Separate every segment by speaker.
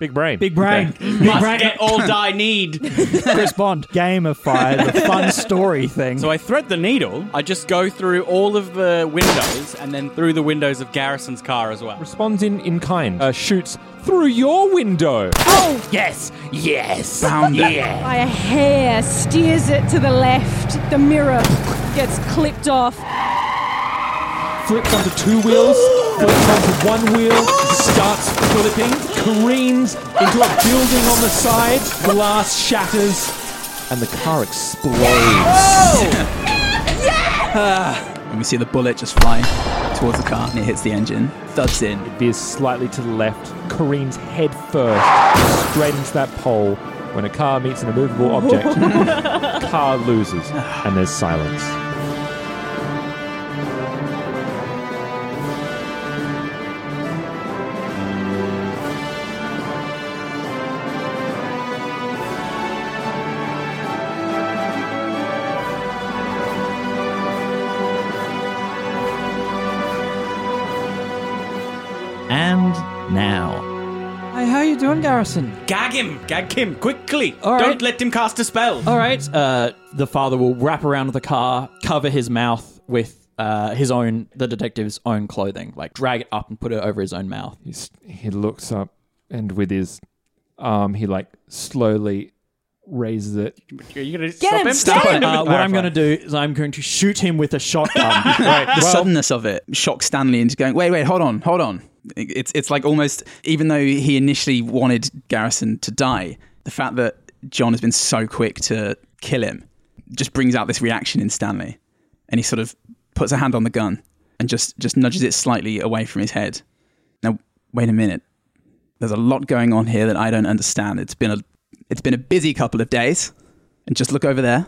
Speaker 1: Big brain.
Speaker 2: Big brain. Big
Speaker 3: Must
Speaker 2: brain.
Speaker 3: get all I need.
Speaker 2: Chris Bond. Gamified the fun story thing.
Speaker 3: so I thread the needle. I just go through all of the windows and then through the windows of Garrison's car as well.
Speaker 1: Responds in, in kind. Uh, shoots through your window.
Speaker 2: oh, yes. Yes. Found yeah.
Speaker 4: by a hair, steers it to the left. The mirror gets clipped off.
Speaker 1: Flips onto two wheels. flips onto one wheel. Starts flipping. Careens into a building on the side. Glass shatters. And the car explodes.
Speaker 5: And we see the bullet just flying towards the car and it hits the engine, thuds in.
Speaker 1: Veers slightly to the left. Careens head first. Straight into that pole. When a car meets an immovable object, car loses, and there's silence.
Speaker 6: And now.
Speaker 2: Hey, how you doing, Garrison?
Speaker 3: Gag him! Gag him quickly!
Speaker 2: All
Speaker 3: Don't
Speaker 2: right.
Speaker 3: let him cast a spell.
Speaker 2: All right. Uh, the father will wrap around the car, cover his mouth with uh, his own, the detective's own clothing, like drag it up and put it over his own mouth.
Speaker 1: He's, he looks up and with his arm, he like slowly raises it.
Speaker 3: Are you gonna
Speaker 4: Get
Speaker 3: stop
Speaker 4: him,
Speaker 3: him?
Speaker 4: stop
Speaker 3: Stop
Speaker 4: him!
Speaker 2: Uh, what I'm going to do is I'm going to shoot him with a shotgun.
Speaker 5: the suddenness of it shocks Stanley into going, wait, wait, hold on, hold on. It's, it's like almost, even though he initially wanted Garrison to die, the fact that John has been so quick to kill him just brings out this reaction in Stanley. And he sort of puts a hand on the gun and just, just nudges it slightly away from his head. Now, wait a minute. There's a lot going on here that I don't understand. It's been a, it's been a busy couple of days. And just look over there.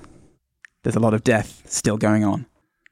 Speaker 5: There's a lot of death still going on.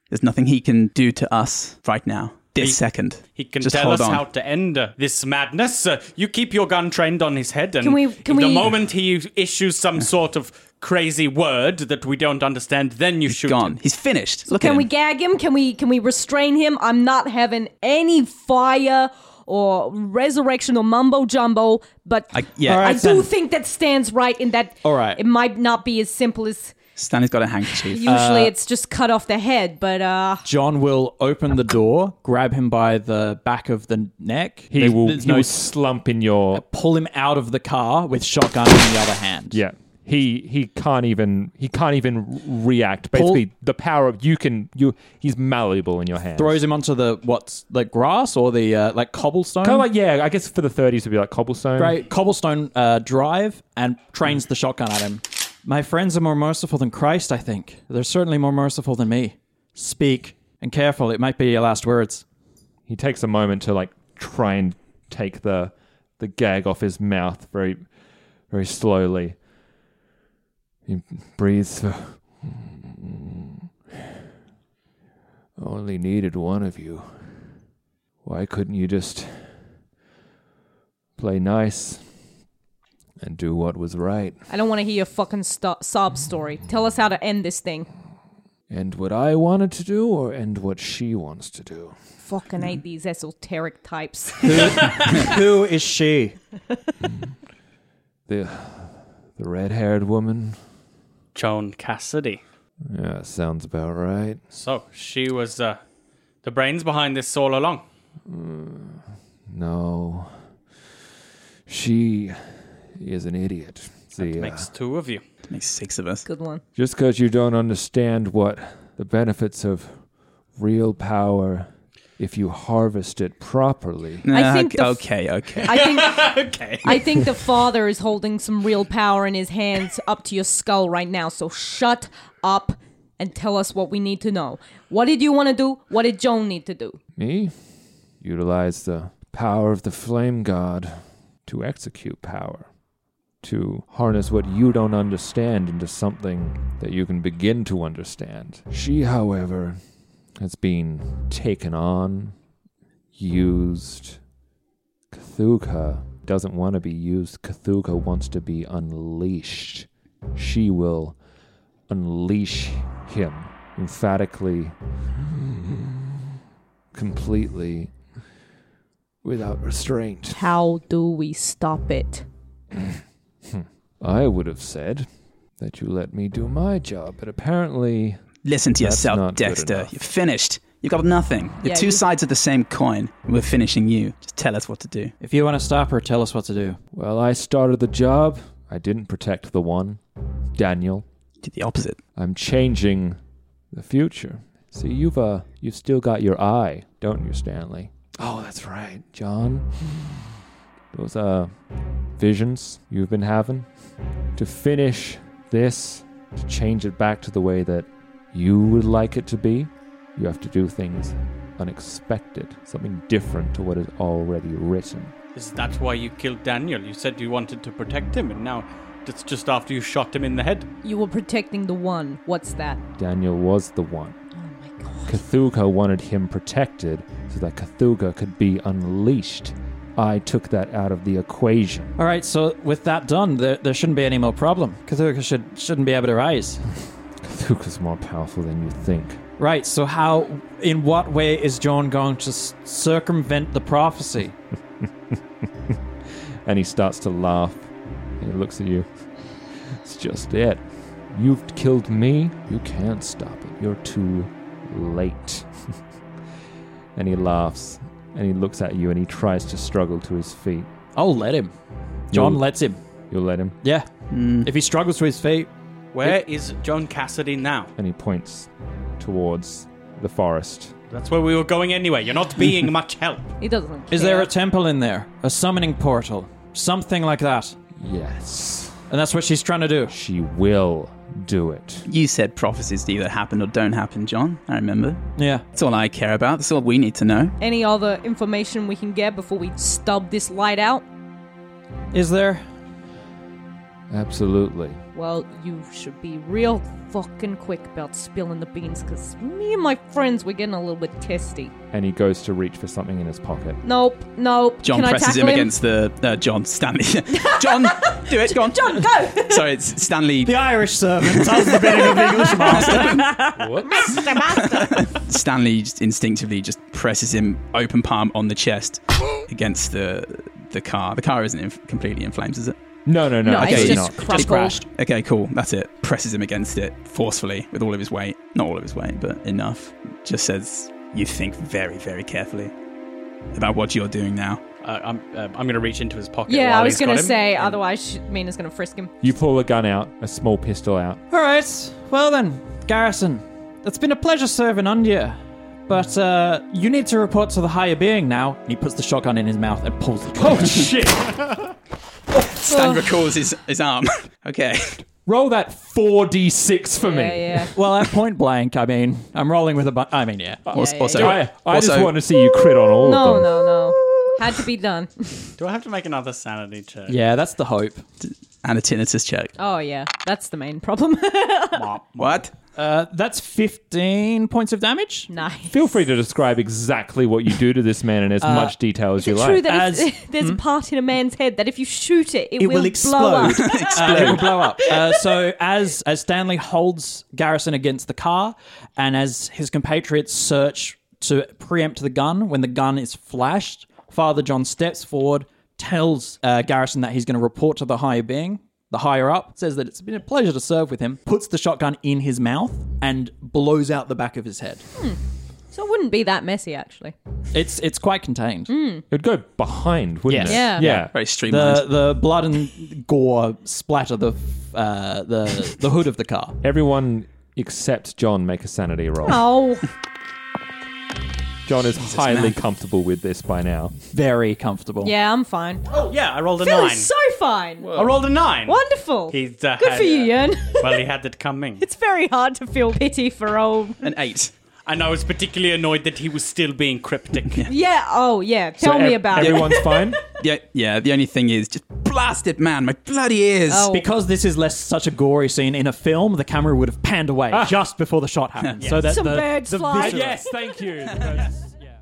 Speaker 5: There's nothing he can do to us right now, this
Speaker 3: He-
Speaker 5: second.
Speaker 3: He can
Speaker 5: Just
Speaker 3: tell
Speaker 5: hold
Speaker 3: us
Speaker 5: on.
Speaker 3: how to end uh, this madness. Uh, you keep your gun trained on his head, and
Speaker 4: Can we- can
Speaker 3: the
Speaker 4: we-
Speaker 3: moment he issues some sort of crazy word that we don't understand, then you
Speaker 5: He's
Speaker 3: shoot
Speaker 5: gone.
Speaker 3: him.
Speaker 5: He's finished. Look at
Speaker 4: Can we
Speaker 5: him.
Speaker 4: gag him? Can we can we restrain him? I'm not having any fire or resurrection or mumbo jumbo, but
Speaker 5: I- yeah. All
Speaker 4: I
Speaker 5: right,
Speaker 4: do
Speaker 5: then.
Speaker 4: think that stands right in that
Speaker 2: All right.
Speaker 4: it might not be as simple as
Speaker 5: Stanley's got a handkerchief.
Speaker 4: usually it's just cut off the head, but uh
Speaker 2: John will open the door, grab him by the back of the neck.
Speaker 1: He
Speaker 2: There's-
Speaker 1: will
Speaker 2: there's
Speaker 1: he
Speaker 2: no
Speaker 1: will slump in your
Speaker 2: pull him out of the car with shotgun in the other hand.
Speaker 1: yeah. He he can't even he can't even react. Basically, the power of you can you he's malleable in your hands.
Speaker 2: Throws him onto the what's the grass or the uh, like cobblestone.
Speaker 1: kind of like yeah. I guess for the thirties would be like cobblestone.
Speaker 2: Great cobblestone uh, drive and trains the shotgun at him. My friends are more merciful than Christ, I think. They're certainly more merciful than me. Speak and careful, it might be your last words.
Speaker 1: He takes a moment to like try and take the the gag off his mouth very very slowly. He breathes. Only needed one of you. Why couldn't you just play nice and do what was right?
Speaker 4: I don't want to hear your fucking sto- sob story. Tell us how to end this thing.
Speaker 1: And what I wanted to do, or and what she wants to do?
Speaker 4: Fucking hate these esoteric types.
Speaker 1: Who is she? the the red haired woman.
Speaker 7: Joan Cassidy.
Speaker 1: Yeah, sounds about right.
Speaker 7: So she was uh, the brains behind this all along.
Speaker 1: No. She is an idiot. See, uh,
Speaker 7: Makes two of you.
Speaker 3: Makes six of us.
Speaker 4: Good one.
Speaker 1: Just because you don't understand what the benefits of real power, if you harvest it properly.
Speaker 4: I think the f-
Speaker 3: okay.
Speaker 4: I think
Speaker 7: okay.
Speaker 4: I think the father is holding some real power in his hands up to your skull right now. So shut up and tell us what we need to know. What did you want to do? What did Joan need to do?
Speaker 1: Me? Utilize the power of the flame god to execute power, to harness what you don't understand into something that you can begin to understand. She, however, has been taken on, used. Cthulhu doesn't want to be used, Cthulhu wants to be unleashed. She will unleash him emphatically, completely, without restraint.
Speaker 4: How do we stop it?
Speaker 1: I would have said that you let me do my job, but apparently.
Speaker 3: Listen to
Speaker 1: that's
Speaker 3: yourself,
Speaker 1: not good
Speaker 3: Dexter.
Speaker 1: enough.
Speaker 3: You're finished. You've got nothing. You're
Speaker 4: Yeah,
Speaker 3: two
Speaker 4: you-
Speaker 3: sides of the same coin. We're finishing you. Just tell us what to do.
Speaker 2: If you want to stop her, tell us what to do.
Speaker 1: Well, I started the job. I didn't protect the one, Daniel.
Speaker 3: Did the opposite.
Speaker 1: I'm changing the future. See, you've uh, you've still got your eye, don't you, Stanley? Oh, that's right, John. Those uh, visions you've been having to finish this, to change it back to the way that you would like it to be. You have to do things unexpected, something different to what is already written.
Speaker 7: Is that why you killed Daniel? You said you wanted to protect him, and now it's just after you shot him in the head.
Speaker 4: You were protecting the one. What's that? Oh
Speaker 1: Daniel was the one. Cthulhu wanted him protected so that Cthulhu could be unleashed. I took that out of the equation.
Speaker 2: All right, so with that done, there, there shouldn't be any more problem. Cthulhu should, shouldn't be able to rise.
Speaker 1: Cthulhu's more powerful than you think.
Speaker 2: Right, so how, in what way is John going to s- circumvent the prophecy?
Speaker 1: And he starts to laugh. And he looks at you. It's just it. You've killed me. You can't stop it. You're too late. and he laughs. And he looks at you and he tries to struggle to his feet.
Speaker 2: I'll let him. John
Speaker 1: You'll-
Speaker 2: lets him.
Speaker 1: You'll let him?
Speaker 2: Yeah.
Speaker 3: Hmm.
Speaker 2: If he struggles to his feet,
Speaker 7: Where is John Cassidy now?
Speaker 1: And he points towards the forest.
Speaker 7: That's where we were going anyway. You're not being much help.
Speaker 4: He doesn't.
Speaker 2: is there a temple in there? A summoning portal? Something like that.
Speaker 1: Yes.
Speaker 2: And that's what she's trying to do.
Speaker 1: She will do it.
Speaker 3: You said prophecies either happen or don't happen, John. I remember.
Speaker 2: Yeah.
Speaker 3: That's all I care about. That's all we need to know.
Speaker 4: Any other information we can get before we stub this light out?
Speaker 2: Is there?
Speaker 1: Absolutely.
Speaker 4: Well, you should be real fucking quick about spilling the beans, because me and my friends were getting a little bit testy.
Speaker 1: And he goes to reach for something in his pocket.
Speaker 4: Nope, nope.
Speaker 3: John
Speaker 4: Can I
Speaker 3: presses
Speaker 4: tackle
Speaker 3: him, against the uh, John Stanley. John, do it. Go on.
Speaker 4: John, go!
Speaker 3: Sorry, it's Stanley.
Speaker 2: The Irish servant does the bidding of the English master.
Speaker 3: Stanley just instinctively just presses him open palm on the chest against the the car. The car isn't in, completely in flames, is it?
Speaker 1: No, no, no.
Speaker 4: No,
Speaker 3: it's
Speaker 1: absolutely
Speaker 3: just
Speaker 1: not.
Speaker 4: crumpled.
Speaker 3: Okay, cool. That's it. Presses him against it forcefully with all of his weight. Not all of his weight, but enough. Just says, "You think very, very carefully about what you're doing now."
Speaker 7: Uh, I'm, uh, I'm going to reach into his pocket.
Speaker 4: Yeah,
Speaker 7: while
Speaker 4: I was
Speaker 7: he's
Speaker 4: gonna
Speaker 7: got him.
Speaker 4: say, otherwise, sh- Mina's gonna frisk him.
Speaker 1: You pull a gun out, a small pistol out.
Speaker 2: All right. Well then, Garrison, it's been a pleasure serving under you. But uh, you need to report to the higher being now. And he puts the shotgun in his mouth and pulls the trigger. Oh, shit.
Speaker 3: Stan recalls his, his arm. okay.
Speaker 1: Roll that 4d6 for me.
Speaker 4: Yeah, yeah.
Speaker 2: well, at point blank, I mean, I'm rolling with a bu- I mean, yeah.
Speaker 3: Also,
Speaker 4: yeah,
Speaker 3: also-
Speaker 4: yeah.
Speaker 1: I, I just
Speaker 3: also-
Speaker 1: want to see you crit on all
Speaker 4: No,
Speaker 1: of them.
Speaker 4: no, no. Had to be done.
Speaker 7: Do I have to make another sanity check?
Speaker 2: Yeah, that's the hope.
Speaker 3: and a tinnitus check.
Speaker 4: Oh, yeah. That's the main problem.
Speaker 3: What? Uh, that's 15 points of damage.
Speaker 4: Nice.
Speaker 1: Feel free to describe exactly what you do to this man in as
Speaker 3: Uh,
Speaker 1: much detail as
Speaker 4: Is
Speaker 1: you
Speaker 4: it
Speaker 1: like.
Speaker 4: true that if- there's a part in a man's head that if you shoot it, it, will, blow up?
Speaker 3: Uh, it will blow up. Uh, so as as Stanley holds Garrison against the car, and as his compatriots search to preempt the gun, when the gun is flashed, Father John steps forward, tells uh, Garrison that he's going to report to the higher being. The higher up says that it's been a pleasure to serve with him, puts the shotgun in his mouth, and blows out the back of his head.
Speaker 4: so it wouldn't be that messy, actually.
Speaker 3: It's it's quite contained.
Speaker 4: Mm.
Speaker 1: It'd go behind, wouldn't
Speaker 3: Yes.
Speaker 1: it? Yeah.
Speaker 2: Very
Speaker 3: The, Uh, the blood and gore splatter the uh, the the hood of the car.
Speaker 1: Everyone except John make a sanity roll.
Speaker 4: Oh,
Speaker 1: John is highly
Speaker 3: man.
Speaker 1: comfortable with this by now.
Speaker 3: Very comfortable.
Speaker 4: yeah, I'm fine.
Speaker 8: Oh yeah, I rolled a
Speaker 4: Phil
Speaker 8: nine.
Speaker 4: is so fine.
Speaker 8: I rolled a nine.
Speaker 4: Wonderful.
Speaker 8: He's uh,
Speaker 4: Good
Speaker 8: had-
Speaker 4: for you, Yen.
Speaker 8: well, he had that coming.
Speaker 4: It's very hard to feel pity for old.
Speaker 2: An eight.
Speaker 8: And I was particularly annoyed that he was still being cryptic.
Speaker 4: Yeah. Oh, yeah.
Speaker 8: So
Speaker 4: Tell me
Speaker 8: ev-
Speaker 4: about
Speaker 8: everyone's
Speaker 4: it.
Speaker 1: fine?
Speaker 2: Yeah, yeah. The only thing is, just blast it, man! My bloody ears.
Speaker 4: Oh,
Speaker 3: Because this is less such a gory scene in a film, the camera would have panned away
Speaker 2: Ah.
Speaker 3: just before the shot happened.
Speaker 2: Yes.
Speaker 3: So that
Speaker 2: Some
Speaker 3: the,
Speaker 2: birds
Speaker 3: the
Speaker 2: fly.
Speaker 3: viscera-
Speaker 1: Yes, thank you. That's- yeah.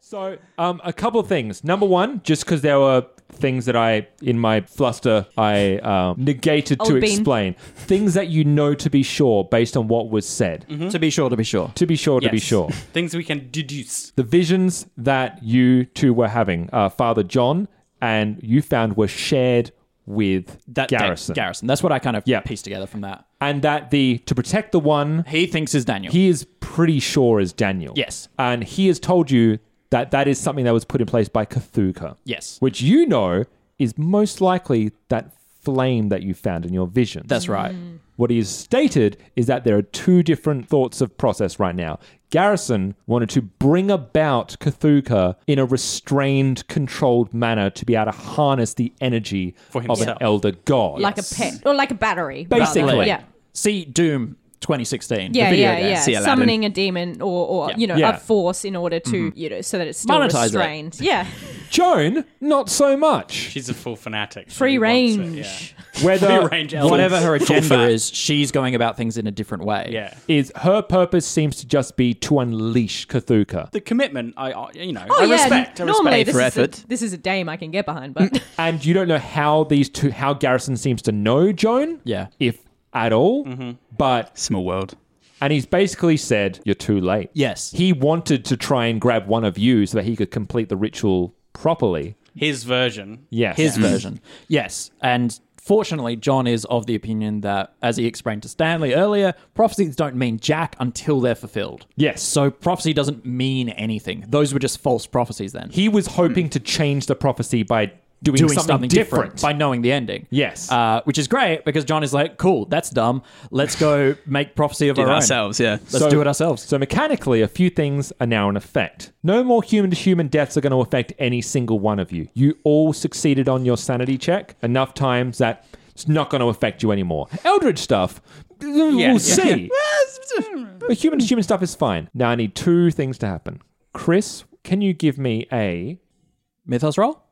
Speaker 1: So, um, a couple of things. Number one, just because there were things that I, in my fluster, I um, negated to
Speaker 3: Old bean.
Speaker 1: explain. Things that you know to be sure based on what was said.
Speaker 3: To be sure, to be sure.
Speaker 1: To be sure, to be
Speaker 8: Yes.
Speaker 1: sure.
Speaker 8: Things we can deduce.
Speaker 1: The visions that you two were having, uh, Father John, and you found were shared with
Speaker 3: that
Speaker 1: Garrison.
Speaker 3: Garrison. That's what I kind of pieced together from that.
Speaker 1: and that the to protect the one
Speaker 3: he thinks is Daniel.
Speaker 1: He is pretty sure is Daniel.
Speaker 3: Yes.
Speaker 1: and he has told you that that is something that was put in place by Cthulhu.
Speaker 3: Yes.
Speaker 1: which you know is most likely that flame that you found in your vision.
Speaker 3: That's right. Mm.
Speaker 1: What he has stated is that there are two different thoughts of process right now. Garrison wanted to bring about Cthulhu in a restrained, controlled manner to be able to harness the energy
Speaker 3: For
Speaker 1: of an
Speaker 3: himself.
Speaker 1: elder god.
Speaker 4: Like a pet or like a battery.
Speaker 1: Basically.
Speaker 4: rather. Yeah.
Speaker 3: See Doom 2016.
Speaker 4: Yeah,
Speaker 3: the video
Speaker 4: yeah,
Speaker 3: game.
Speaker 4: yeah. Summoning a demon or, or you know,
Speaker 1: Yeah.
Speaker 4: a force in order to,
Speaker 3: Mm-hmm.
Speaker 1: Mhm.
Speaker 4: you know, so that it's still
Speaker 1: Monetize it.
Speaker 4: restrained. Yeah.
Speaker 1: Joan, not so much.
Speaker 8: She's a full fanatic.
Speaker 4: Free
Speaker 8: She wants it,
Speaker 4: range.
Speaker 8: yeah. Free range elf.
Speaker 3: whatever her
Speaker 8: Full
Speaker 3: agenda
Speaker 8: fat.
Speaker 3: is, she's going about things in a different way. Yeah.
Speaker 1: is her purpose seems to just be to unleash Cthulhu.
Speaker 8: The commitment, I, I you know,
Speaker 4: Oh
Speaker 8: I
Speaker 4: yeah.
Speaker 8: respect. I
Speaker 4: Normally
Speaker 8: respect.
Speaker 4: this is, a, this is a dame I can get behind, but
Speaker 1: And you don't know how these two, how Garrison seems to know Joan, yeah, if at all. But
Speaker 2: small world.
Speaker 1: And he's basically said, "You're too late."
Speaker 3: Yes,
Speaker 1: he wanted to try and grab one of you so that he could complete the ritual properly.
Speaker 8: his version.
Speaker 1: Yes. Mm-hmm.
Speaker 3: His
Speaker 1: Yeah.
Speaker 3: version. Yes. And fortunately, John is of the opinion that, as he explained to Stanley earlier, prophecies don't mean jack until they're fulfilled.
Speaker 1: Yes.
Speaker 3: So prophecy doesn't mean anything. Those were just false prophecies then.
Speaker 1: He was hoping to change the prophecy by doing, something, different.
Speaker 3: by knowing the ending.
Speaker 1: Yes.
Speaker 3: Uh, which is great because John is like, cool, that's dumb. Let's go make prophecy of
Speaker 1: Do it
Speaker 3: our own."
Speaker 1: ourselves,
Speaker 2: yeah.
Speaker 3: Let's do it
Speaker 1: ourselves. So mechanically, a few things are now in effect. No more human to human deaths are going to affect any single one of you. You all succeeded on your sanity check enough times that it's not going to affect you anymore. Eldritch stuff, we'll see. But human to human stuff is fine. Now I need two things to happen. Chris, can you give me a
Speaker 3: mythos roll,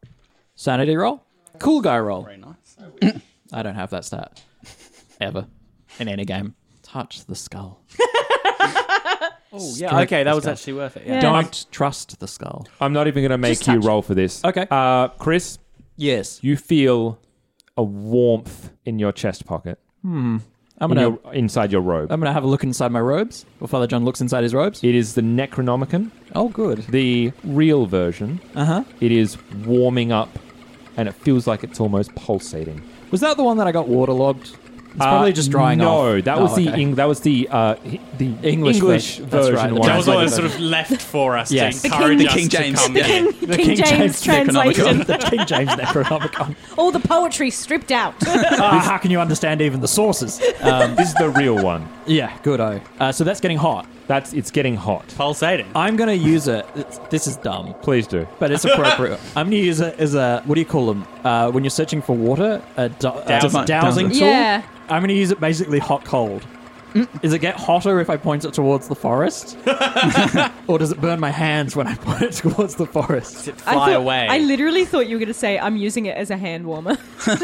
Speaker 3: sanity roll, cool guy roll? Very nice. I don't have that stat ever in any game. Touch the skull.
Speaker 8: Oh,
Speaker 3: Strike
Speaker 8: yeah. Okay, that
Speaker 3: the
Speaker 8: was
Speaker 3: skull.
Speaker 8: actually worth it. Yeah.
Speaker 3: Don't trust the skull.
Speaker 1: I'm not even going to make
Speaker 3: Just
Speaker 1: you
Speaker 3: touch it.
Speaker 1: roll for this.
Speaker 3: Okay.
Speaker 1: Uh, Chris.
Speaker 3: Yes.
Speaker 1: You feel a warmth in your chest pocket.
Speaker 3: Hmm. I'm
Speaker 1: In
Speaker 3: gonna-
Speaker 1: your- inside your robe.
Speaker 3: I'm going to have a look inside my robes. Well, Father John looks inside his robes.
Speaker 1: It is the Necronomicon.
Speaker 3: Oh, good.
Speaker 1: The real version. Uh
Speaker 3: Uh-huh.
Speaker 1: It is warming up, and it feels like it's almost pulsating.
Speaker 3: Was that the one that I got waterlogged? It's
Speaker 1: Uh,
Speaker 3: probably just drying
Speaker 1: no,
Speaker 3: off.
Speaker 1: that
Speaker 3: Oh,
Speaker 1: was the
Speaker 3: okay.
Speaker 1: Eng- that was the uh, h- the
Speaker 3: English
Speaker 1: English,
Speaker 3: version. That's
Speaker 1: version.
Speaker 3: right, the
Speaker 1: one.
Speaker 8: That was always sort of left for us to
Speaker 3: Yes. The
Speaker 8: encourage
Speaker 3: King-
Speaker 8: us
Speaker 3: the King
Speaker 8: to
Speaker 3: James.
Speaker 8: come.
Speaker 3: The King-
Speaker 8: Yeah.
Speaker 4: King James James translation.
Speaker 3: the King James Necronomicon.
Speaker 4: all the poetry stripped out.
Speaker 3: Ah, how can you understand even the sources? Um,
Speaker 1: this is the real one.
Speaker 3: Yeah, good o. Uh, so that's getting hot.
Speaker 1: That's it's getting hot.
Speaker 8: Pulsating.
Speaker 3: I'm gonna use it.
Speaker 1: Uh,
Speaker 3: It's, this is dumb,
Speaker 1: Please do.
Speaker 3: but it's appropriate. I'm gonna use it as a what do you call them uh, when you're searching for water? A do- uh,
Speaker 2: Dowsing.
Speaker 3: dowsing
Speaker 2: Dowsing.
Speaker 3: tool.
Speaker 2: Yeah.
Speaker 3: I'm gonna use it basically hot cold. Does it get hotter if I point it towards the forest, or does it burn my hands when I point it towards the forest?
Speaker 4: I thought- I literally thought you were going to say I'm using it as a hand warmer.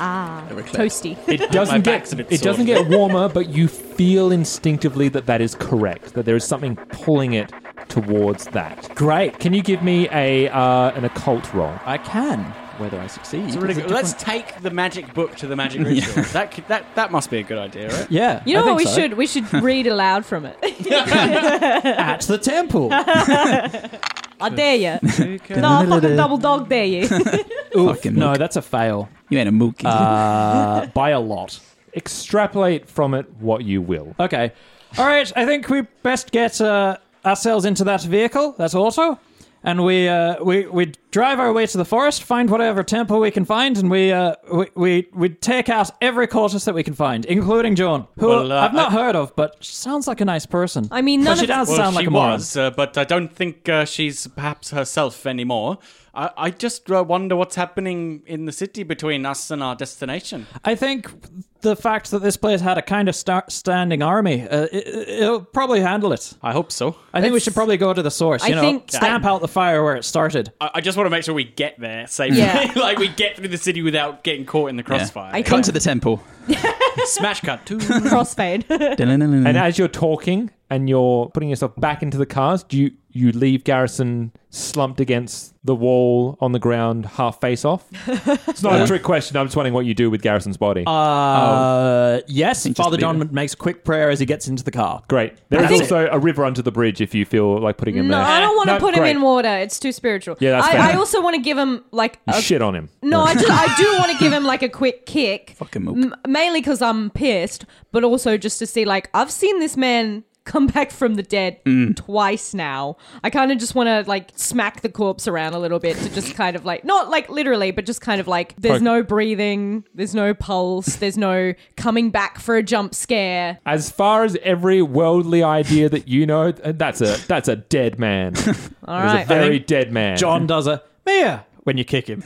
Speaker 4: Ah, toasty.
Speaker 1: It doesn't get it doesn't get warmer, but you feel instinctively that that is correct. That there is something pulling it towards that.
Speaker 2: Great.
Speaker 1: Can you give me a uh, an occult roll?
Speaker 2: I can. Whether I succeed.
Speaker 3: It's really good. Let's take the magic book to the magic ritual. That could, that that must be a good idea, right?
Speaker 2: Yeah.
Speaker 4: You know what we should? We should read aloud from it.
Speaker 2: At the temple.
Speaker 4: I dare you. no, I fucking double dog dare you.
Speaker 2: no, that's a fail.
Speaker 5: You ain't a mook.
Speaker 2: Uh, by a lot.
Speaker 1: Extrapolate from it what you will.
Speaker 2: Okay. All right. I think we best get uh, ourselves into that vehicle. That's auto. And we, uh, we we drive our way to the forest, find whatever temple we can find, and we uh, we, we we take out every cultist that we can find, including Joan, who
Speaker 3: Well, uh,
Speaker 2: I've not
Speaker 3: I-
Speaker 2: heard of, but she sounds like a nice person.
Speaker 4: I mean,
Speaker 2: But
Speaker 4: none
Speaker 2: she
Speaker 4: of-
Speaker 2: does sound like
Speaker 3: she
Speaker 2: a moron.
Speaker 3: was, uh, but I don't think uh, she's perhaps herself anymore. I, I just uh, wonder what's happening in the city between us and our destination.
Speaker 2: I think the fact that this place had a kind of star- standing army, uh, it, it'll probably handle it.
Speaker 3: I hope so.
Speaker 2: I think we should probably go to the source.
Speaker 4: I
Speaker 2: you know,
Speaker 4: think-
Speaker 2: stamp out the fire where it started.
Speaker 3: I, I just want to make sure we get there safely.
Speaker 4: Yeah.
Speaker 3: like we get through the city without getting caught in the crossfire.
Speaker 4: I
Speaker 5: Come
Speaker 4: think-
Speaker 5: to the temple.
Speaker 3: Smash cut. Too.
Speaker 4: Crossfade.
Speaker 1: And
Speaker 4: Mm.
Speaker 5: Dun-dun-dun-dun.
Speaker 1: as you're talking and you're putting yourself back into the cars, do you you leave Garrison slumped against the wall on the ground, half face off? It's not a trick question. I'm just wondering what you do with Garrison's body.
Speaker 2: Uh, yes,
Speaker 5: just
Speaker 2: Father
Speaker 5: leave
Speaker 2: John
Speaker 5: it.
Speaker 2: makes a quick prayer as he gets into the car.
Speaker 1: Great. There is
Speaker 4: think-
Speaker 1: also a river under the bridge if you feel like putting him
Speaker 4: No,
Speaker 1: there.
Speaker 4: I don't want to
Speaker 1: No,
Speaker 4: put
Speaker 1: great.
Speaker 4: him in water. It's too spiritual.
Speaker 1: Yeah, that's
Speaker 4: I,
Speaker 1: fair.
Speaker 4: I also want to give him like
Speaker 1: You
Speaker 4: a
Speaker 1: shit on him.
Speaker 4: uh, No, I just I do want to give him like a quick kick.
Speaker 5: Fucking mook.
Speaker 4: M- mainly because I'm pissed, but also just to see like I've seen this man come back from the dead twice now. I kind of just want to like smack the corpse around a little bit to just kind of like not like literally, but just kind of like there's
Speaker 1: Poke.
Speaker 4: no breathing, there's no pulse, there's no coming back for a jump scare.
Speaker 1: As far as every worldly idea that you know, th- that's a that's a dead man.
Speaker 4: All
Speaker 1: He's a
Speaker 4: right,
Speaker 1: very dead man.
Speaker 2: John does a Mia when you kick him.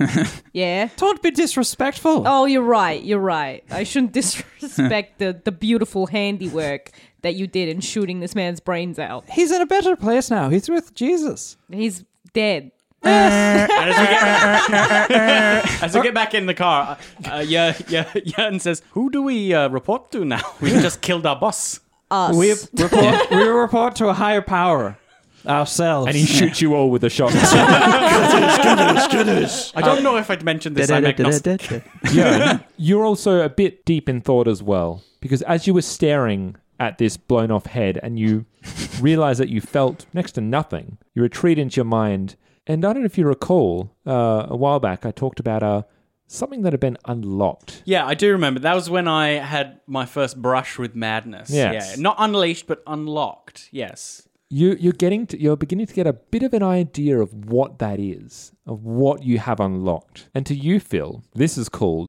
Speaker 4: yeah.
Speaker 2: Don't be disrespectful.
Speaker 4: Oh, you're right. You're right. I shouldn't disrespect the, the beautiful handiwork that you did in shooting this man's brains out.
Speaker 2: He's in a better place now. He's with Jesus.
Speaker 4: He's dead.
Speaker 3: And as we get, as we get back in the car, uh, uh, yeah, yeah, Jan says, "Who do we uh, report to now? We just killed our boss."
Speaker 4: Us.
Speaker 2: We report, we report to a higher power ourselves.
Speaker 1: and he shoots you all with a shot.
Speaker 3: I don't know if I'd mentioned this. I'm agnostic.
Speaker 1: Yeah, you're also a bit deep in thought as well, because as you were staring at this blown off head and you realize that you felt next to nothing, you retreat into your mind. And I don't know if you recall, uh, a while back I talked about uh, something that had been unlocked.
Speaker 3: Yeah, I do remember. That was when I had my first brush with madness.
Speaker 1: Yes.
Speaker 3: Yeah, not unleashed, but unlocked. Yes.
Speaker 1: You, you're getting, to, you're beginning to get a bit of an idea of what that is, of what you have unlocked. And to you, Phil, this is called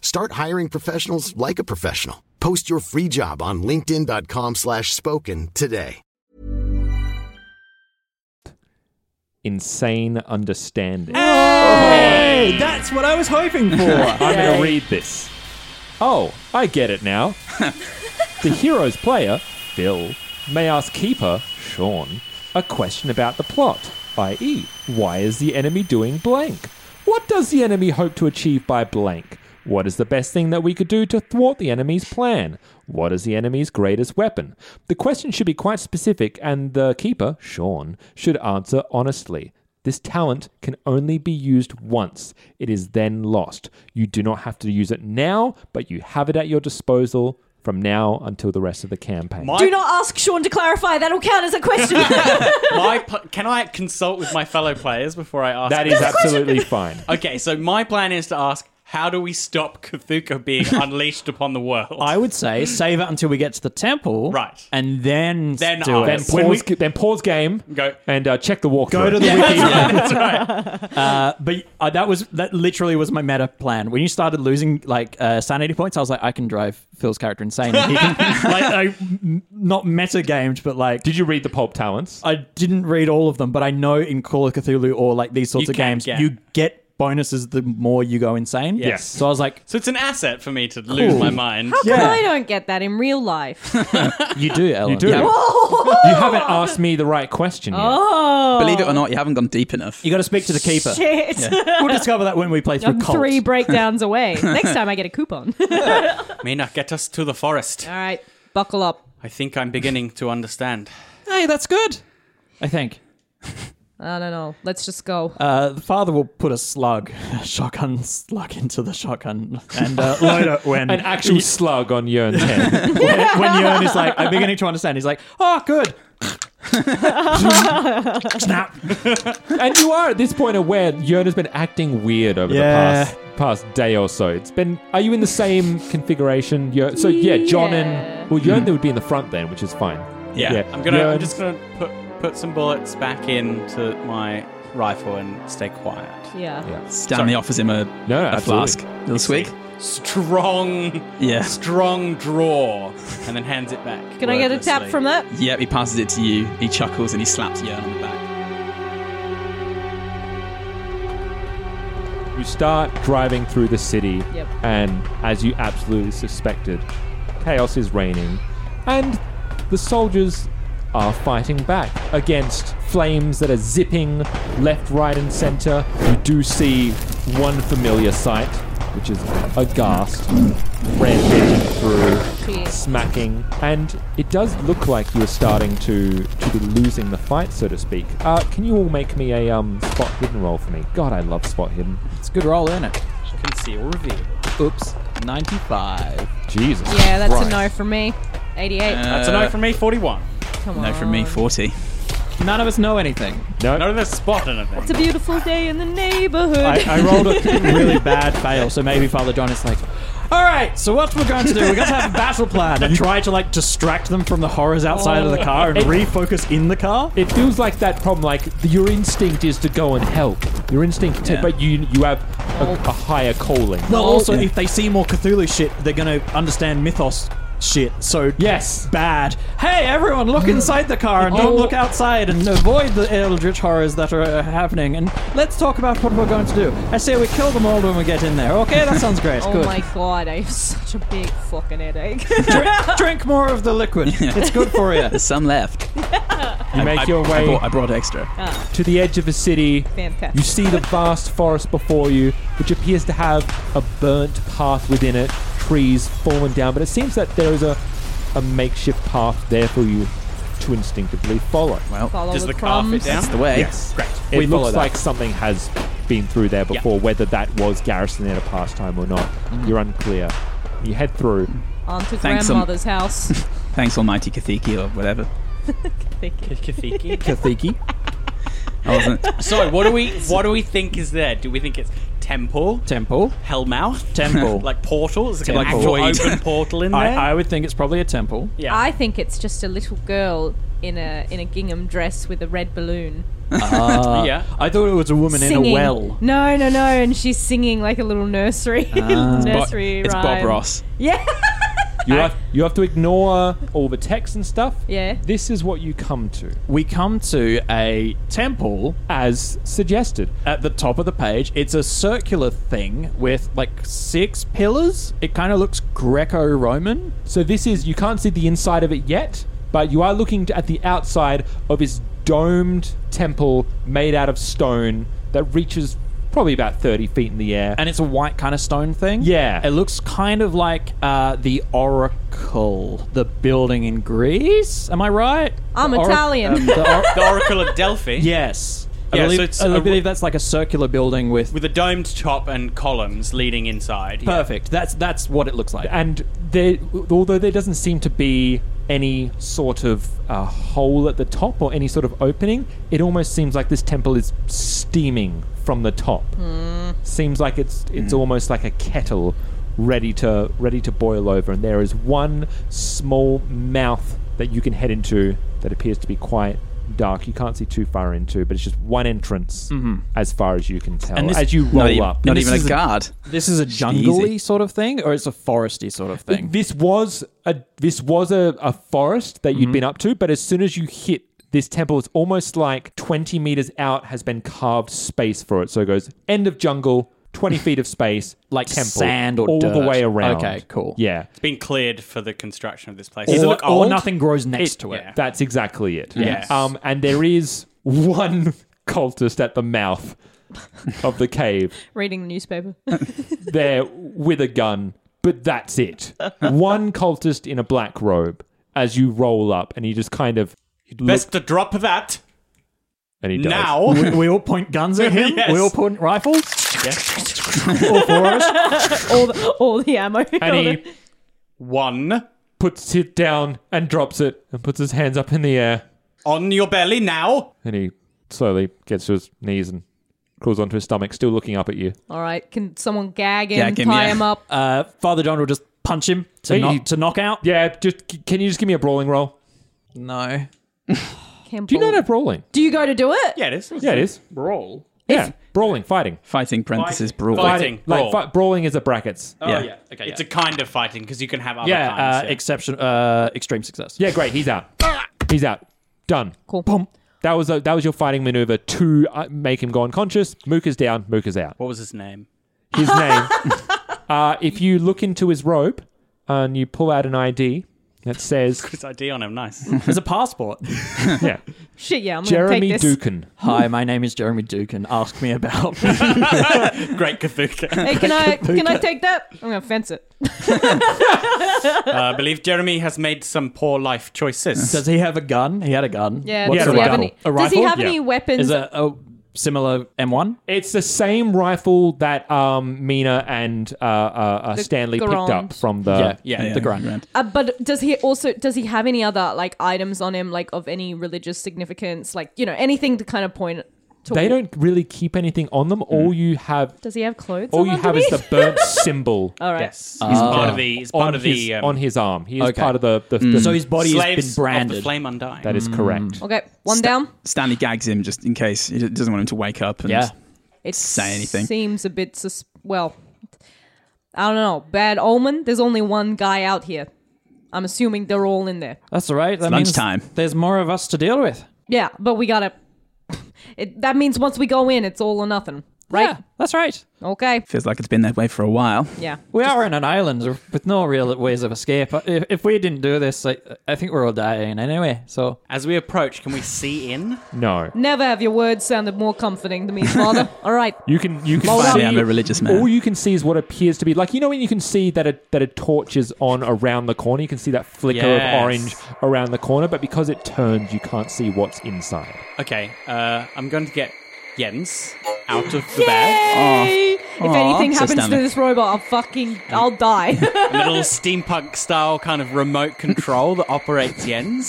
Speaker 9: Start hiring professionals like a professional. Post your free job on linkedin.com/spoken slash spoken today.
Speaker 1: Insane Understanding.
Speaker 2: Hey, that's what I was hoping for.
Speaker 1: I'm going to read this. Oh, I get it now. the hero's player, Bill, may ask Keeper, Sean, a question about the plot, i.e., why is the enemy doing blank? What does the enemy hope to achieve by blank? What is the best thing that we could do to thwart the enemy's plan? What is the enemy's greatest weapon? The question should be quite specific, and the keeper, Sean, should answer honestly. This talent can only be used once. It is then lost. You do not have to use it now, but you have it at your disposal from now until the rest of the campaign.
Speaker 4: Do not ask Sean to clarify. That'll count as a question.
Speaker 3: my pl- can I consult with my fellow players before I ask?
Speaker 1: That is absolutely fine.
Speaker 3: Okay, so my plan is to ask, how do we stop Cthulhu being unleashed upon the world?
Speaker 2: I would say save it until we get to the temple, right? And then
Speaker 3: Then
Speaker 2: do
Speaker 3: ask.
Speaker 2: it.
Speaker 3: Then pause-
Speaker 1: then pause game.
Speaker 3: Go
Speaker 1: and uh, check the walkthrough. Go
Speaker 2: to the Yeah, wiki.
Speaker 3: That's right.
Speaker 2: Uh, but uh, that was that literally was my meta plan. When you started losing like uh, sanity points, I was like, I can drive Phil's character insane. He can, like, I, m- not meta gamed, but like,
Speaker 1: did you read the pulp talents?
Speaker 2: I didn't read all of them, but I know in Call of Cthulhu or like these sorts
Speaker 3: You
Speaker 2: of
Speaker 3: can
Speaker 2: games,
Speaker 3: get-
Speaker 2: you get bonuses the more you go insane.
Speaker 3: Yes. Yes.
Speaker 2: So I was like,
Speaker 3: So it's an asset for me to lose
Speaker 2: Cool.
Speaker 3: my mind.
Speaker 4: How come I don't get that in real life?
Speaker 2: you do, Ellen.
Speaker 1: You do.
Speaker 4: Whoa!
Speaker 1: You haven't asked me the right question yet.
Speaker 4: Oh.
Speaker 5: Believe it or not, you haven't gone deep enough.
Speaker 2: You got to speak to the
Speaker 4: keeper. Shit. Yeah.
Speaker 2: We'll discover that when we play
Speaker 4: I'm three breakdowns away. Next time I get a coupon.
Speaker 3: Mina, get us to the forest.
Speaker 4: All right, buckle up.
Speaker 3: I think I'm beginning to understand.
Speaker 2: Hey, that's good. I think.
Speaker 4: I don't know. Let's just go.
Speaker 2: Uh, the father will put a slug, a shotgun slug, into the shotgun and uh, load it when
Speaker 1: An actual slug on Yearn 10.
Speaker 2: when, when Yearn is like, I'm beginning to understand. He's like, oh, good.
Speaker 1: and you are at this point aware Yearn has been acting weird over
Speaker 2: Yeah.
Speaker 1: the past past day or so. It's been. Are you in the same configuration? Yearn? So yeah, John and well, Yearn they would be in the front then, which is fine.
Speaker 3: Yeah, I'm gonna.
Speaker 1: Yearn-
Speaker 3: I'm just gonna put put some bullets back into my rifle and stay quiet.
Speaker 4: Yeah.
Speaker 5: Stanley offers him a,
Speaker 1: no,
Speaker 5: a
Speaker 1: absolutely.
Speaker 5: flask, little swig.
Speaker 3: Strong,
Speaker 5: Yeah.
Speaker 3: strong draw, and then hands it back.
Speaker 4: Can I get a tap
Speaker 3: wordlessly.
Speaker 4: from that?
Speaker 5: Yep, he passes it to you. He chuckles and he slaps Yearn on the back.
Speaker 1: You start driving through the city,
Speaker 4: Yep.
Speaker 1: and as you absolutely suspected, chaos is reigning, and the soldiers are fighting back against flames that are zipping left, right, and center. You do see one familiar sight, which is a ghast rampaging through, smacking, and it does look like you are starting to to be losing the fight, so to speak. Uh, can you all make me a um, spot hidden roll for me? God, I love spot hidden.
Speaker 2: It's a good roll, isn't it?
Speaker 3: Conceal reveal.
Speaker 5: Oops, 95.
Speaker 1: Jesus.
Speaker 4: Yeah, that's
Speaker 1: Christ.
Speaker 4: a no from me. 88.
Speaker 3: That's a no from me. Forty-one.
Speaker 4: Come
Speaker 5: No
Speaker 4: on.
Speaker 5: from me, 40.
Speaker 2: None of us know anything.
Speaker 1: No.
Speaker 3: None of us spot anything.
Speaker 4: It's a beautiful day in the neighborhood.
Speaker 2: I, I rolled a really bad fail, so maybe Father John is like, all right, so what we're going to do, we're going to have a battle plan and try to like distract them from the horrors outside of the car and
Speaker 1: It-
Speaker 2: refocus in the car.
Speaker 1: It feels like that problem. Like your instinct is to go and help. Your instinct, to,
Speaker 2: Yeah.
Speaker 1: but you you have a, a higher calling.
Speaker 2: Well, also, if they see more Cthulhu shit, they're going to understand mythos shit. So
Speaker 1: yes,
Speaker 2: bad. Hey, everyone, look inside the car and
Speaker 1: Oh.
Speaker 2: don't look outside and avoid the eldritch horrors that are uh, happening. And let's talk about what we're going to do. I say we kill them all when we get in there. Okay, that sounds great.
Speaker 4: oh
Speaker 2: Good.
Speaker 4: my god, I have such a big fucking headache.
Speaker 2: drink, drink more of the liquid. It's good for you.
Speaker 5: There's some left.
Speaker 1: you make
Speaker 5: I,
Speaker 1: your
Speaker 5: I
Speaker 1: way
Speaker 5: brought, I brought extra.
Speaker 1: to the edge of the city.
Speaker 4: Fantastic.
Speaker 1: You see the vast forest before you, which appears to have a burnt path within it, trees fallen down, but it seems that there is a, a makeshift path there for you to instinctively follow.
Speaker 5: Well,
Speaker 4: Follow
Speaker 3: Does
Speaker 4: the,
Speaker 3: the car fit
Speaker 4: crumbs.
Speaker 3: down?
Speaker 5: that's the way.
Speaker 1: Great.
Speaker 5: We
Speaker 1: It
Speaker 5: follow
Speaker 1: looks
Speaker 5: that.
Speaker 1: like something has been through there before, whether that was Garrison at a past time or not.
Speaker 2: Mm-hmm.
Speaker 1: You're unclear. You head through.
Speaker 4: Onto
Speaker 5: Thanks, um-
Speaker 4: grandmother's house.
Speaker 5: Thanks, Almighty Kathiki or whatever.
Speaker 3: Kathiki.
Speaker 2: Kathiki.
Speaker 5: I wasn't.
Speaker 3: so what do we what do we think is there? Do we think it's temple,
Speaker 2: Temple.
Speaker 3: hellmouth,
Speaker 2: Temple.
Speaker 3: like portal? Is there an
Speaker 2: Temple.
Speaker 3: actual
Speaker 5: Void.
Speaker 3: open portal in there?
Speaker 2: I, I would think it's probably a temple.
Speaker 3: yeah.
Speaker 4: I think it's just a little girl in a in a gingham dress with a red balloon.
Speaker 3: yeah.
Speaker 2: I thought it was a woman in
Speaker 4: singing.
Speaker 2: a well.
Speaker 4: No, no, no, and she's singing like a little nursery nursery
Speaker 5: it's Bob
Speaker 4: rhyme.
Speaker 5: Ross.
Speaker 4: Yeah.
Speaker 1: You have, you have to ignore all the text and stuff.
Speaker 4: Yeah.
Speaker 1: This is what you come to,
Speaker 2: We come to a temple
Speaker 1: as suggested.
Speaker 2: at the top of the page. It's a circular thing with like six pillars. It kind of looks Greco-Roman.
Speaker 1: So this is you can't see the inside of it yet, but you are looking at the outside of this domed temple made out of stone that reaches probably about thirty feet in the air.
Speaker 2: and it's a white kind of stone thing.
Speaker 1: Yeah.
Speaker 2: it looks kind of like uh, the Oracle, the building in Greece. Am I right?
Speaker 4: I'm
Speaker 2: The Ora-
Speaker 4: Italian.
Speaker 2: um, the or-
Speaker 3: the Oracle of Delphi.
Speaker 2: yes. I
Speaker 3: Yeah, so
Speaker 2: believe,
Speaker 3: it's
Speaker 2: I
Speaker 3: a-
Speaker 2: believe that's like a circular building with.
Speaker 3: With a domed top and columns leading inside. yeah.
Speaker 2: Perfect. That's that's what it looks like.
Speaker 1: and there, although there doesn't seem to be any sort of uh, hole at the top or any sort of opening, it almost seems like this temple is steaming from the top. Seems like it's it's
Speaker 2: Hmm.
Speaker 1: almost like a kettle ready to ready to boil over, and there is one small mouth that you can head into that appears to be quite dark. You can't see too far into, but it's just one entrance
Speaker 2: Mhm.
Speaker 1: as far as you can tell.
Speaker 2: And this-
Speaker 1: as you roll
Speaker 2: Not e-
Speaker 1: up,
Speaker 2: not even a
Speaker 5: guard.
Speaker 2: This is a jungly sort of thing, or it's a foresty sort of thing.
Speaker 1: This was a this was a, a forest that you had
Speaker 2: Mhm.
Speaker 1: been up to, but as soon as you hit this temple, it's almost like twenty meters out has been carved space for it. So it goes end of jungle, twenty feet of space,
Speaker 2: Like
Speaker 1: temple,
Speaker 2: sand or
Speaker 1: all the
Speaker 2: dirt.
Speaker 1: way around.
Speaker 2: Okay, cool.
Speaker 1: Yeah,
Speaker 3: It's been cleared for the construction of this place.
Speaker 1: Or-
Speaker 3: Does it look
Speaker 1: or
Speaker 3: old?
Speaker 1: nothing grows
Speaker 2: oh, next to
Speaker 3: it. yeah.
Speaker 1: that's exactly it.
Speaker 3: Yes.
Speaker 1: Um, and there is one cultist at the mouth of the cave
Speaker 4: Reading the newspaper.
Speaker 1: there with a gun, but that's it. One cultist in a black robe as you roll up, and he just kind of
Speaker 3: Best to drop that.
Speaker 1: and he does.
Speaker 3: now.
Speaker 2: we, we all point guns at him.
Speaker 3: Yes.
Speaker 2: We all point rifles. all four of us.
Speaker 4: all, the, all the ammo. All
Speaker 1: and
Speaker 4: the-
Speaker 1: he
Speaker 3: one
Speaker 1: puts it down and drops it and puts his hands up in the air,
Speaker 3: on your belly now.
Speaker 1: and he slowly gets to his knees and crawls onto his stomach, still looking up at you.
Speaker 4: all right, can someone gag him, tie him up?
Speaker 2: Uh, Father John will just punch him to,
Speaker 1: Hey,
Speaker 2: knock,
Speaker 1: you-
Speaker 2: to knock out.
Speaker 1: Yeah, just c- can you just give me a brawling roll?
Speaker 2: No.
Speaker 4: Can
Speaker 1: Do you
Speaker 4: ball-
Speaker 1: not have brawling?
Speaker 4: Do you go to do it?
Speaker 3: Yeah, it is.
Speaker 1: Yeah, it is.
Speaker 3: Brawl.
Speaker 1: Yeah, brawling, fighting,
Speaker 5: fighting parentheses brawl.
Speaker 3: Fighting.
Speaker 1: like
Speaker 3: brawl.
Speaker 1: fi- brawling is a brackets.
Speaker 3: Oh, yeah. Okay. It's a kind of fighting because you can have other
Speaker 2: yeah,
Speaker 3: kinds.
Speaker 2: uh, exception, uh, extreme success.
Speaker 1: Yeah, great. He's out. He's out. Done.
Speaker 4: Cool.
Speaker 1: Boom. That was a, that was your fighting maneuver to uh, make him go unconscious. Mook is down. Mook is out.
Speaker 3: what was his name?
Speaker 1: His name. uh, if you look into his robe and you pull out an ID that says,
Speaker 3: His ID on him. Nice.
Speaker 2: There's a passport.
Speaker 1: yeah,
Speaker 4: Shit, yeah, I'm going to
Speaker 1: Jeremy
Speaker 4: take this.
Speaker 1: Dukin.
Speaker 2: Hi, my name is Jeremy Dukin. Ask me about.
Speaker 3: Great Kathuka.
Speaker 4: Hey, can I can I take that? I'm going to fence it.
Speaker 3: Uh, I believe Jeremy has made some poor life choices.
Speaker 2: Does he have a gun? He had a gun.
Speaker 4: Yeah,
Speaker 2: What's
Speaker 4: does
Speaker 2: a
Speaker 4: he have
Speaker 2: rifle?
Speaker 4: any-
Speaker 2: A
Speaker 4: does he
Speaker 2: rifle?
Speaker 4: have any Yeah. weapons?
Speaker 2: Is a, a similar M1?
Speaker 1: It's the same rifle that um, Mina and uh, uh, uh,
Speaker 4: The
Speaker 1: Stanley picked up
Speaker 4: Garand.
Speaker 1: from the.
Speaker 2: yeah, yeah, the Grand.
Speaker 4: Uh, but does he also does he have any other like items on him like of any religious significance like you know anything to kind of point to
Speaker 1: They don't really keep anything on them.
Speaker 2: Mm-hmm.
Speaker 1: All you have,
Speaker 4: does he have clothes
Speaker 1: all
Speaker 4: on
Speaker 1: you have is the
Speaker 4: underneath?
Speaker 1: burnt symbol.
Speaker 4: all right
Speaker 3: Yes. He's
Speaker 5: Ah.
Speaker 3: part of the. He's part
Speaker 1: on
Speaker 3: of
Speaker 1: his,
Speaker 3: the. um,
Speaker 1: on his arm. He is
Speaker 2: Okay.
Speaker 1: part of the. the, the
Speaker 2: So his body
Speaker 3: slaves
Speaker 2: has been branded.
Speaker 3: Of the flame undying.
Speaker 1: that is correct.
Speaker 4: okay one down
Speaker 5: Stanley gags him just in case. He doesn't want him to wake up and
Speaker 2: Yeah.
Speaker 4: it
Speaker 5: say anything.
Speaker 4: seems a bit sus- well I don't know bad omen there's only one guy out here I'm assuming they're all in there
Speaker 2: That's all right. That
Speaker 5: lunchtime.
Speaker 2: Means there's more of us to deal with.
Speaker 4: yeah but we gotta it, that means once we go in it's all or nothing right
Speaker 2: Yeah, that's right.
Speaker 4: okay
Speaker 5: Feels like it's been that way for a while.
Speaker 4: yeah
Speaker 2: We are in an island with no real ways of escape. Uh, If, if we didn't do this, like, I think we're all dying anyway. So
Speaker 3: As we approach, can we see in?
Speaker 1: No.
Speaker 4: never have your words sounded more comforting to me father all right
Speaker 1: You can you can
Speaker 5: Finally,
Speaker 1: see,
Speaker 5: I'm a religious man.
Speaker 1: All you can see is what appears to be like you know when you can see that a that a torch is on around the corner. You can see that flicker
Speaker 3: Yes.
Speaker 1: of orange around the corner, but because it turns, you can't see what's inside.
Speaker 3: Okay. Uh, I'm going to get Jens out of the bag. Oh.
Speaker 4: Hey! if
Speaker 5: Aw.
Speaker 4: anything
Speaker 5: So
Speaker 4: happens to
Speaker 5: Stanley.
Speaker 4: this robot, I'll fucking I'll die.
Speaker 3: A little steampunk style kind of remote control that operates Jens.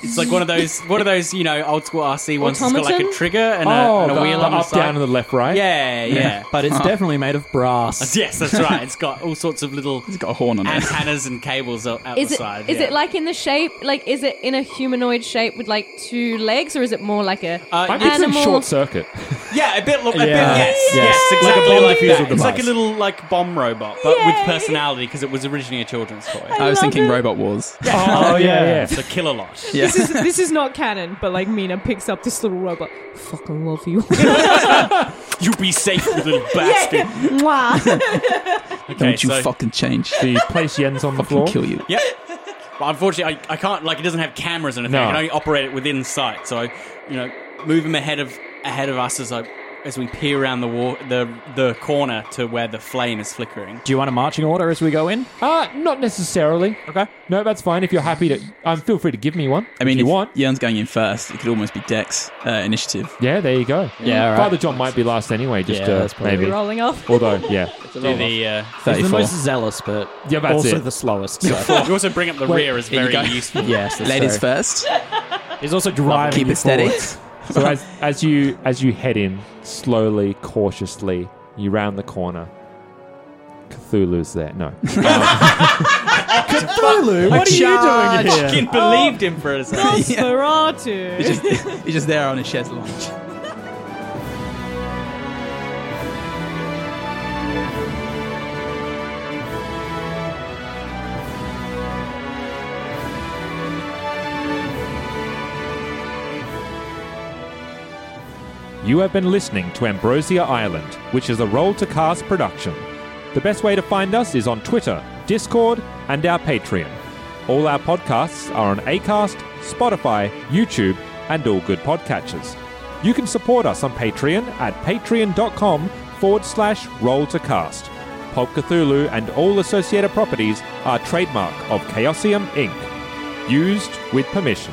Speaker 3: It's like one of those, one of those, you know, old school RC ones. It's got like a
Speaker 4: Automaton? Oh,
Speaker 3: trigger and a, and a
Speaker 1: the-
Speaker 3: wheel
Speaker 1: Oh, the
Speaker 3: on the
Speaker 1: up,
Speaker 3: side.
Speaker 1: down, and the left, right.
Speaker 3: yeah, yeah.
Speaker 2: but it's
Speaker 5: Oh.
Speaker 2: definitely made of brass.
Speaker 3: yes, that's right. It's got all sorts of little
Speaker 5: He's got a horn on it.
Speaker 3: antennas and cables out out
Speaker 4: is
Speaker 3: the
Speaker 4: it
Speaker 3: side.
Speaker 4: is
Speaker 3: yeah.
Speaker 4: it like in the shape like is it in a humanoid shape with like two legs or is it more like a
Speaker 3: Uh,
Speaker 1: I'm
Speaker 4: animal?
Speaker 1: picturing short circuit.
Speaker 3: Yeah, a bit, lo- a bit
Speaker 2: Yeah.
Speaker 3: yes,
Speaker 2: Yeah.
Speaker 3: yes,
Speaker 1: Like a
Speaker 3: exactly
Speaker 1: bomb
Speaker 3: like,
Speaker 1: defusal
Speaker 3: that. It's
Speaker 1: device.
Speaker 3: like a little like bomb robot, but
Speaker 4: Yay.
Speaker 3: with personality because it was originally a children's toy.
Speaker 5: I was
Speaker 4: love
Speaker 5: thinking
Speaker 4: it.
Speaker 5: Robot Wars.
Speaker 1: oh yeah, yeah.
Speaker 3: So kill a lot.
Speaker 5: Yeah.
Speaker 4: This is this is not canon, but like Mina picks up this little robot. Fucking love you.
Speaker 3: You be safe, you little bastard.
Speaker 4: Mwah.
Speaker 3: Okay,
Speaker 5: Don't you
Speaker 3: so-
Speaker 5: fucking change.
Speaker 1: So you place Yen's on the floor.
Speaker 5: Kill you.
Speaker 3: Yep. But unfortunately, I, I can't like it doesn't have cameras and anything.
Speaker 1: No.
Speaker 3: I can only operate it within sight. So, I, you know, move him ahead of ahead of us as I as we peer around the war, the the corner to where the flame is flickering.
Speaker 2: Do you want a marching order as we go in?
Speaker 1: Uh, not necessarily.
Speaker 2: Okay.
Speaker 1: No, that's fine. If you're happy to, um, feel free to give me one.
Speaker 5: I mean,
Speaker 1: if you
Speaker 5: if
Speaker 1: want.
Speaker 5: Jern's going in first. It could almost be Dex uh, initiative.
Speaker 1: Yeah, there you go.
Speaker 2: Yeah, all right.
Speaker 1: Father John might be last anyway. Just
Speaker 2: Yeah,
Speaker 1: uh,
Speaker 2: that's probably
Speaker 1: maybe.
Speaker 4: Rolling off.
Speaker 1: Although, yeah,
Speaker 3: Do the, uh,
Speaker 2: He's the most zealous, but
Speaker 3: Yeah, that's
Speaker 2: also
Speaker 3: it.
Speaker 2: the slowest.
Speaker 3: Before- you also bring up the
Speaker 2: Wait,
Speaker 3: rear as
Speaker 2: there you
Speaker 3: very
Speaker 2: go.
Speaker 3: useful.
Speaker 2: yes, that's
Speaker 10: Ladies
Speaker 2: true.
Speaker 10: first.
Speaker 2: He's also
Speaker 10: driving Keep you it steady.
Speaker 1: forward. so as, as you as you head in slowly, cautiously, you round the corner. Cthulhu's there. No.
Speaker 2: Cthulhu, what are you doing here?
Speaker 3: Fucking believed him for a second.
Speaker 4: Nosferatu.
Speaker 10: He's just, he's just there on his chaise lounge.
Speaker 1: You have been listening to Ambrosia Island, which is a Roll to Cast production. The best way to find us is on Twitter, Discord, and our Patreon. All our podcasts are on Acast, Spotify, YouTube, and all good podcatchers. You can support us on Patreon at patreon.com forward slash roll to cast. Pulp Cthulhu and all associated properties are trademark of Chaosium Inc. Used with permission.